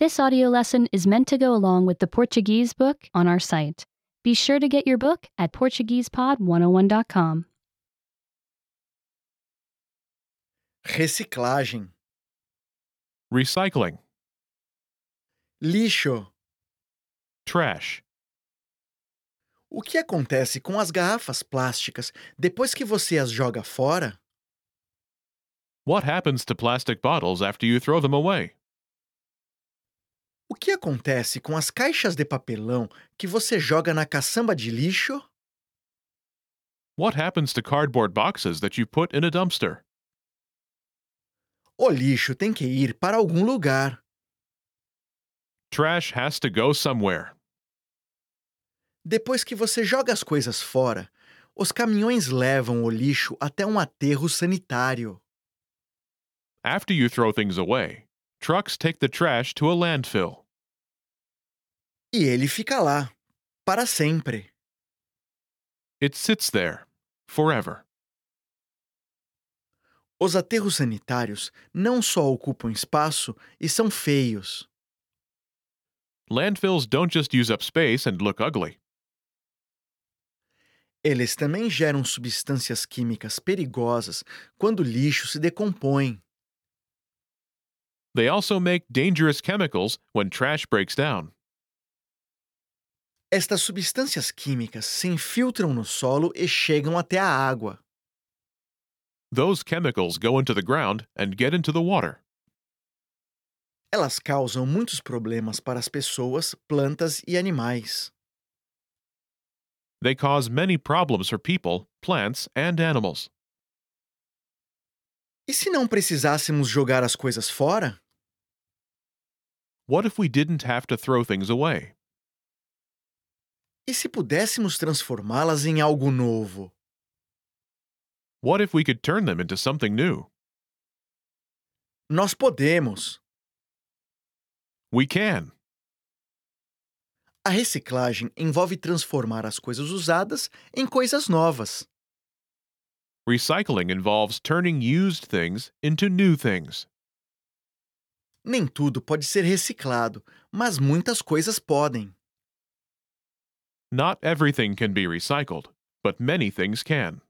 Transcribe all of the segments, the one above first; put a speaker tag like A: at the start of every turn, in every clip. A: This audio lesson is meant to go along with the Portuguese book on our site. Be sure to get your book at PortuguesePod101.com.
B: reciclagem,
C: recycling,
B: lixo.
C: trash.
B: O que acontece com as garrafas plásticas depois que você as joga fora?
C: What happens to plastic bottles after you throw them away?
B: O que acontece com as caixas de papelão que você joga na caçamba de lixo?
C: What happens to cardboard boxes that you put in a dumpster?
B: O lixo tem que ir para algum lugar.
C: Trash has to go somewhere.
B: Depois que você joga as coisas fora, os caminhões levam o lixo até um aterro sanitário.
C: After you throw things away, trucks take the trash to a landfill.
B: E ele fica lá, para sempre.
C: It sits there, forever.
B: Os aterros sanitários não só ocupam espaço e são feios.
C: Landfills don't just use up space and look ugly.
B: Eles também geram substâncias químicas perigosas quando o lixo se decompõe.
C: They also make dangerous chemicals when trash breaks down.
B: Estas substâncias químicas se infiltram no solo e chegam até a água.
C: Those chemicals go into the ground and get into the water.
B: Elas causam muitos problemas para as pessoas, plantas e animais.
C: They cause many problems for people, plants, and animals.
B: E se não precisássemos jogar as coisas fora?
C: What if we didn't have to throw things away?
B: E se pudéssemos transformá-las em algo novo?
C: What if we could turn them into something new?
B: Nós podemos!
C: We can.
B: A reciclagem envolve transformar as coisas usadas em coisas novas.
C: Recycling involves turning used things into new things.
B: Nem tudo pode ser reciclado, mas muitas coisas podem.
C: Not everything can be recycled, but many things can.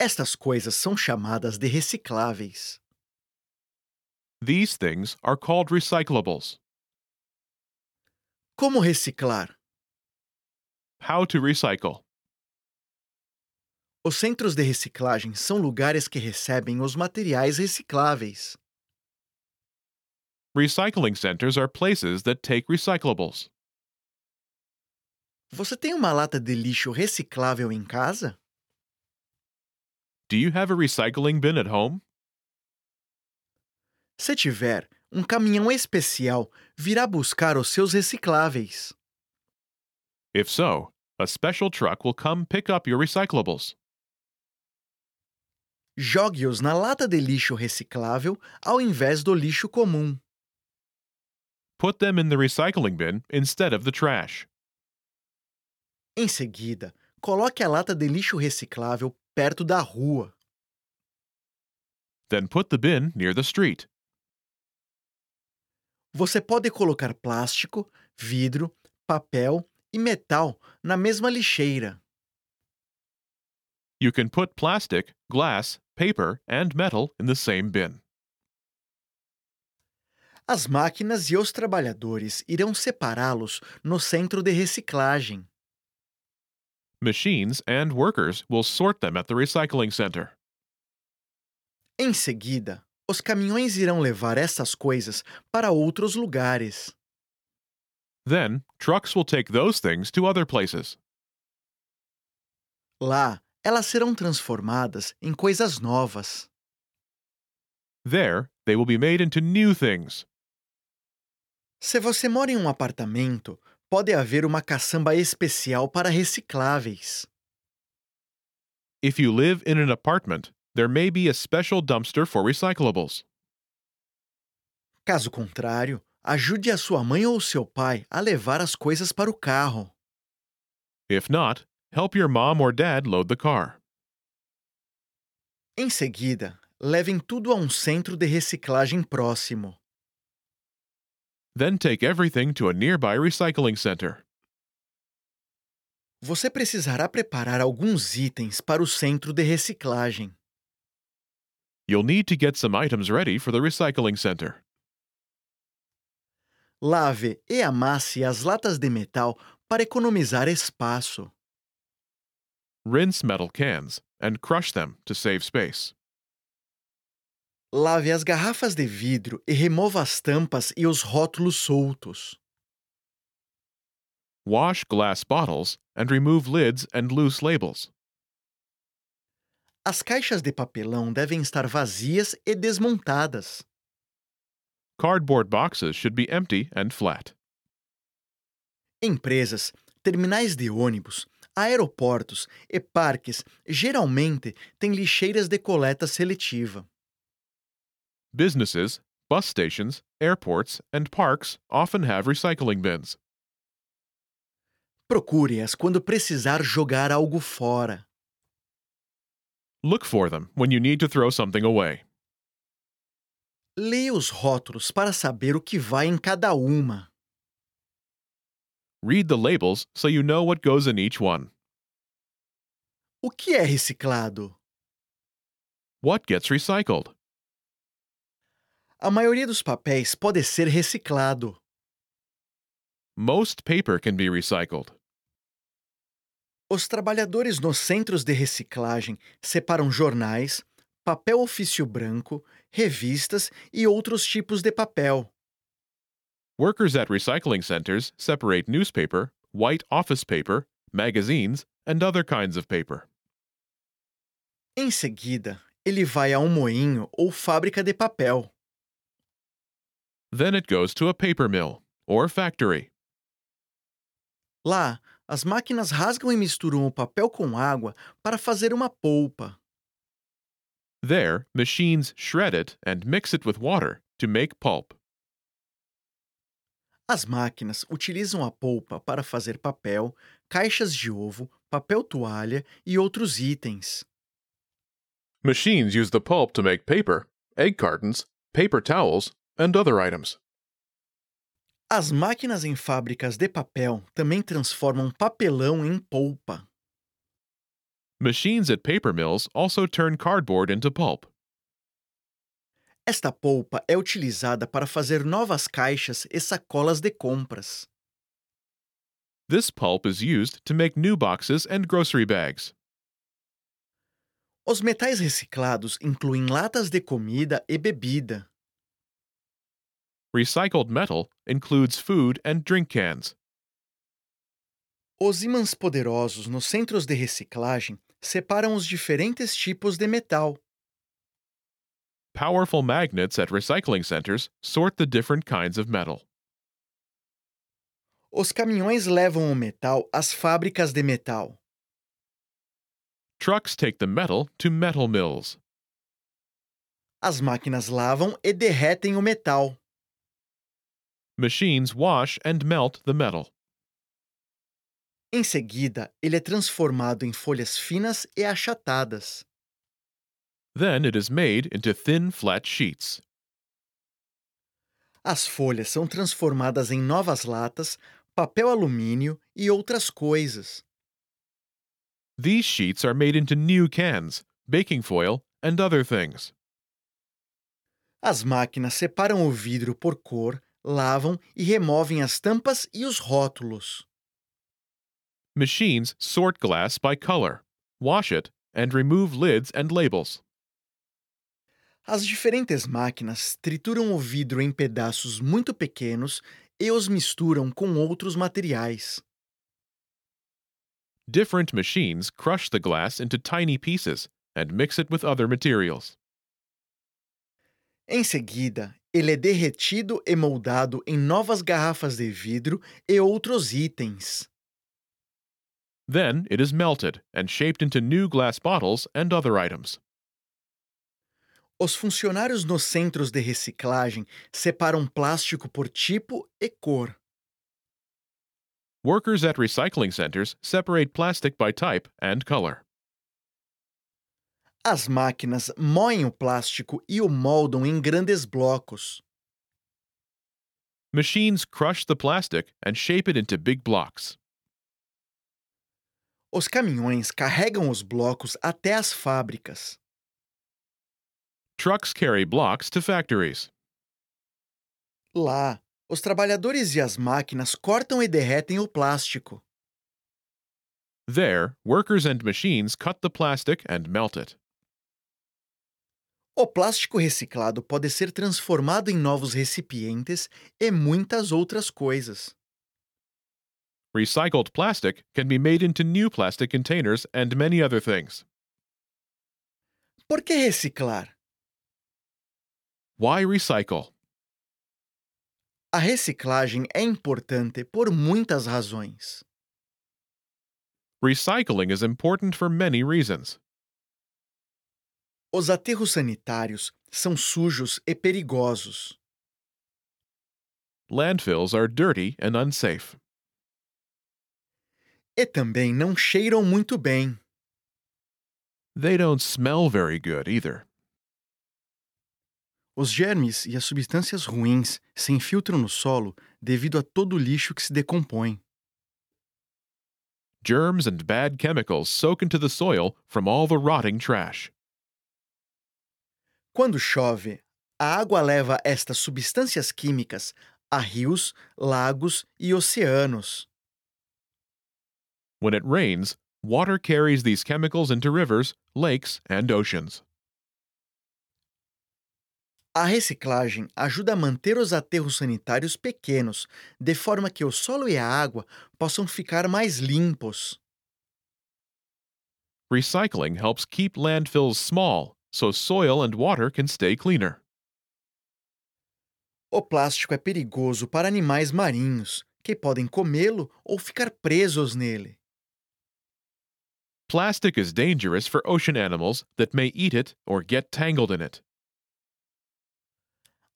B: Estas coisas são chamadas de recicláveis.
C: These things are called recyclables.
B: Como reciclar?
C: How to recycle.
B: Os centros de reciclagem são lugares que recebem os materiais recicláveis.
C: Recycling centers are places that take recyclables.
B: Você tem uma lata de lixo reciclável em casa?
C: Do you have a recycling bin at home?
B: Se tiver, um caminhão especial virá buscar os seus recicláveis.
C: If so, a special truck will come pick up your recyclables.
B: Jogue-os na lata de lixo reciclável ao invés do lixo comum.
C: Put them in the recycling bin instead of the trash.
B: Em seguida, coloque a lata de lixo reciclável perto da rua.
C: Then put the bin near the street.
B: Você pode colocar plástico, vidro, papel e metal na mesma lixeira.
C: You can put plastic, glass, paper, and metal in the same bin.
B: As máquinas e os trabalhadores irão separá-los no centro de reciclagem.
C: Machines and workers will sort them at the recycling center.
B: Em seguida, os caminhões irão levar essas coisas para outros lugares.
C: Then, trucks will take those things to other places.
B: Lá, elas serão transformadas em coisas novas.
C: There, they will be made into new things.
B: Se você mora em um apartamento, pode haver uma caçamba especial para recicláveis.
C: If you live in an apartment, there may be a special dumpster for recyclables.
B: Caso contrário, ajude a sua mãe ou seu pai a levar as coisas para o carro.
C: If not, help your mom or dad load the car.
B: Em seguida, levem tudo a um centro de reciclagem próximo.
C: then take everything to a nearby recycling center.
B: Você precisará preparar alguns itens para o centro de reciclagem.
C: You'll need to get some items ready for the recycling center.
B: Lave e amasse as latas de metal para economizar espaço.
C: Rinse metal cans and crush them to save space.
B: Lave as garrafas de vidro e remova as tampas e os rótulos soltos.
C: Wash glass bottles and remove lids and loose labels.
B: As caixas de papelão devem estar vazias e desmontadas.
C: Cardboard boxes should be empty and flat.
B: Empresas, terminais de ônibus, aeroportos e parques geralmente têm lixeiras de coleta seletiva.
C: Businesses, bus stations, airports, and parks often have recycling bins.
B: Procure-as quando precisar jogar algo fora.
C: Look for them when you need to throw something away.
B: Leia os rótulos para saber o que vai em cada uma.
C: Read the labels so you know what goes in each one.
B: O que é reciclado?
C: What gets recycled?
B: A maioria dos papéis pode ser reciclado.
C: Most paper can be recycled.
B: Os trabalhadores nos centros de reciclagem separam jornais, papel ofício branco, revistas e outros tipos de papel.
C: Workers at recycling centers separate newspaper, white office paper, magazines, and other kinds of paper.
B: Em seguida, ele vai a um moinho ou fábrica de papel.
C: Then it goes to a paper mill or factory.
B: Lá, as máquinas rasgam e misturam o papel com água para fazer uma polpa.
C: There, machines shred it and mix it with water to make pulp.
B: As máquinas utilizam a polpa para fazer papel, caixas de ovo, papel toalha e outros itens.
C: Machines use the pulp to make paper, egg cartons, paper towels, and other items.
B: As máquinas em fábricas de papel também transformam papelão em polpa.
C: Machines at paper mills also turn cardboard into pulp.
B: Esta polpa é utilizada para fazer novas caixas e sacolas de compras.
C: This pulp is used to make new boxes and grocery bags.
B: Os metais reciclados incluem latas de comida e bebida.
C: Recycled metal includes food and drink cans.
B: Os ímãs poderosos nos centros de reciclagem separam os diferentes tipos de metal.
C: Powerful magnets at recycling centers sort the different kinds of metal.
B: Os caminhões levam o metal às fábricas de metal.
C: Trucks take the metal to metal mills.
B: As máquinas lavam e derretem o metal.
C: Machines wash and melt the metal.
B: Em seguida, ele é transformado em folhas finas e achatadas.
C: Then it is made into thin, flat sheets.
B: As folhas são transformadas em novas latas, papel alumínio e outras coisas.
C: These sheets are made into new cans, baking foil, and other things.
B: As máquinas separam o vidro por cor, lavam e removem as tampas e os rótulos.
C: Machines sort glass by color, wash it, and remove lids and labels.
B: As diferentes máquinas trituram o vidro em pedaços muito pequenos e os misturam com outros materiais.
C: Different machines crush the glass into tiny pieces and mix it with other materials.
B: Em seguida, ele é derretido e moldado em novas garrafas de vidro e outros itens.
C: Then it is melted and shaped into new glass bottles and other items.
B: Os funcionários nos centros de reciclagem separam plástico por tipo e cor.
C: Workers at recycling centers separate plastic by type and color.
B: As máquinas moem o plástico e o moldam em grandes blocos.
C: Machines crush the plastic and shape it into big blocks.
B: Os caminhões carregam os blocos até as fábricas.
C: Trucks carry blocks to factories.
B: Lá, os trabalhadores e as máquinas cortam e derretem o plástico.
C: There, workers and machines cut the plastic and melt it.
B: O plástico reciclado pode ser transformado em novos recipientes e muitas outras coisas.
C: Recycled plastic can be made into new plastic containers and many other things.
B: Por que reciclar?
C: Why recycle?
B: A reciclagem é importante por muitas razões.
C: Recycling is important for many reasons.
B: Os aterros sanitários são sujos e perigosos.
C: Landfills are dirty and unsafe.
B: E também não cheiram muito bem.
C: They don't smell very good either.
B: Os germes e as substâncias ruins se infiltram no solo devido a todo o lixo que se decompõe.
C: Germs and bad chemicals soak into the soil from all the rotting trash.
B: Quando chove, a água leva estas substâncias químicas a rios, lagos e oceanos.
C: When it rains, water carries these chemicals into rivers, lakes, and oceans.
B: A reciclagem ajuda a manter os aterros sanitários pequenos, de forma que o solo e a água possam ficar mais limpos.
C: Recycling helps keep landfills small so soil and water can stay cleaner.
B: O plástico é perigoso para animais marinhos, que podem comê-lo ou ficar presos nele.
C: Plastic is dangerous for ocean animals that may eat it or get tangled in it.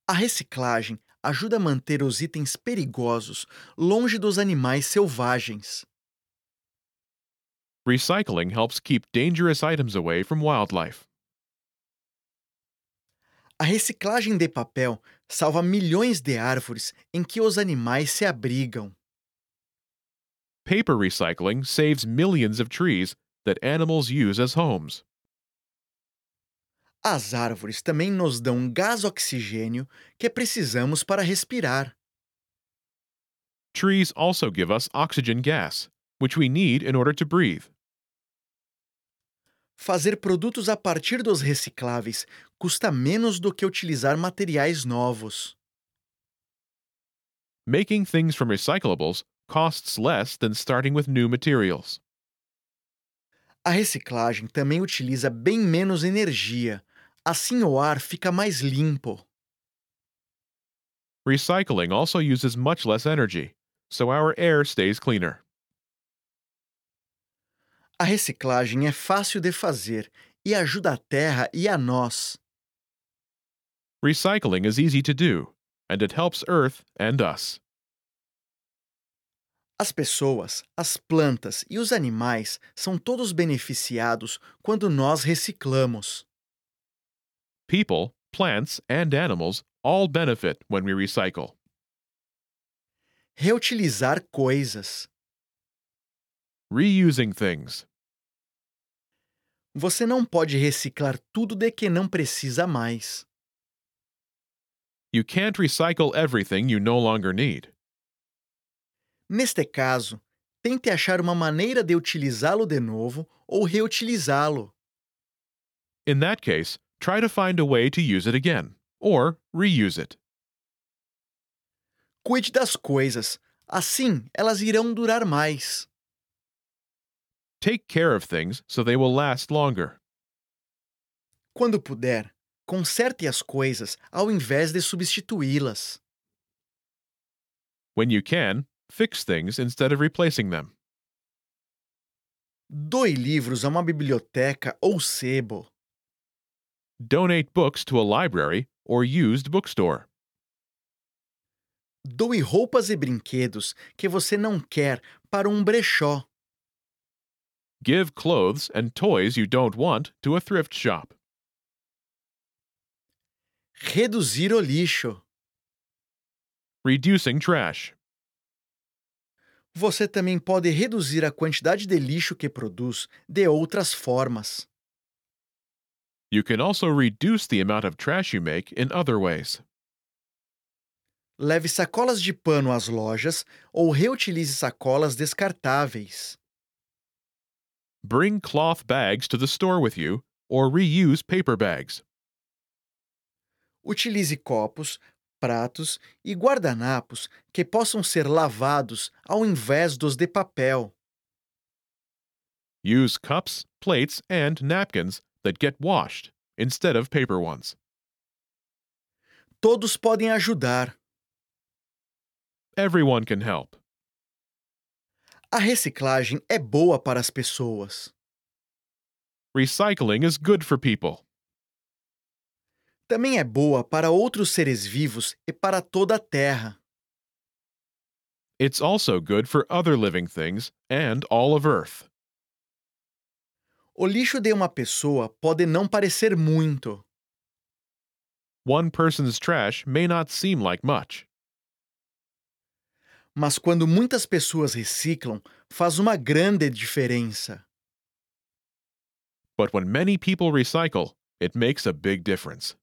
B: A reciclagem ajuda a manter os itens perigosos longe dos animais selvagens.
C: Recycling helps keep dangerous items away from wildlife.
B: A reciclagem de papel salva milhões de árvores em que os animais se abrigam.
C: Paper recycling saves millions of trees that animals use as homes.
B: As árvores também nos dão gás oxigênio que precisamos para respirar.
C: Trees also give us oxygen gas, which we need in order to breathe.
B: Fazer produtos a partir dos recicláveis custa menos do que utilizar materiais novos.
C: Making things from recyclables costs less than starting with new materials.
B: A reciclagem também utiliza bem menos energia, assim o ar fica mais limpo.
C: Recycling also uses much less energy, so our air stays cleaner.
B: A reciclagem é fácil de fazer e ajuda a terra e a nós.
C: Recycling is easy to do, and it helps Earth and us.
B: As pessoas, as plantas e os animais são todos beneficiados quando nós reciclamos.
C: People, plants, and animals all benefit when we recycle.
B: Reutilizar coisas.
C: Reusing things.
B: Você não pode reciclar tudo de que não precisa mais.
C: You can't recycle everything you no longer need.
B: Neste caso, tente achar uma maneira de utilizá-lo de novo ou reutilizá-lo.
C: In that case, try to find a way to use it again, or reuse it.
B: Cuide das coisas, assim elas irão durar mais.
C: Take care of things so they will last longer.
B: Quando puder, conserte as coisas ao invés de substituí-las.
C: When you can, fix things instead of replacing them.
B: Doe livros a uma biblioteca ou sebo.
C: Donate books to a library or used bookstore.
B: Doe roupas e brinquedos que você não quer para um brechó.
C: Give clothes and toys you don't want to a thrift shop.
B: Reduzir o lixo.
C: Reducing trash.
B: Você também pode reduzir a quantidade de lixo que produz de outras formas.
C: You can also reduce the amount of trash you make in other ways.
B: Leve sacolas de pano às lojas ou reutilize sacolas descartáveis.
C: Bring cloth bags to the store with you or reuse paper bags.
B: Utilize copos, pratos e guardanapos que possam ser lavados ao invés dos de papel.
C: Use cups, plates, and napkins that get washed instead of paper ones.
B: Todos podem ajudar.
C: Everyone can help.
B: A reciclagem é boa para as pessoas.
C: Recycling is good for people.
B: Também é boa para outros seres vivos e para toda a Terra.
C: It's also good for other living things and all of Earth.
B: O lixo de uma pessoa pode não parecer muito.
C: One person's trash may not seem like much,
B: mas quando muitas pessoas reciclam, faz uma grande diferença.
C: but when many people recycle, it makes a big difference.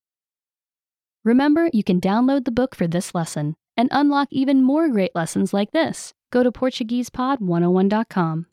A: Remember, you can download the book for this oh lesson and unlock even more great lessons like this. Go to PortuguesePod101.com.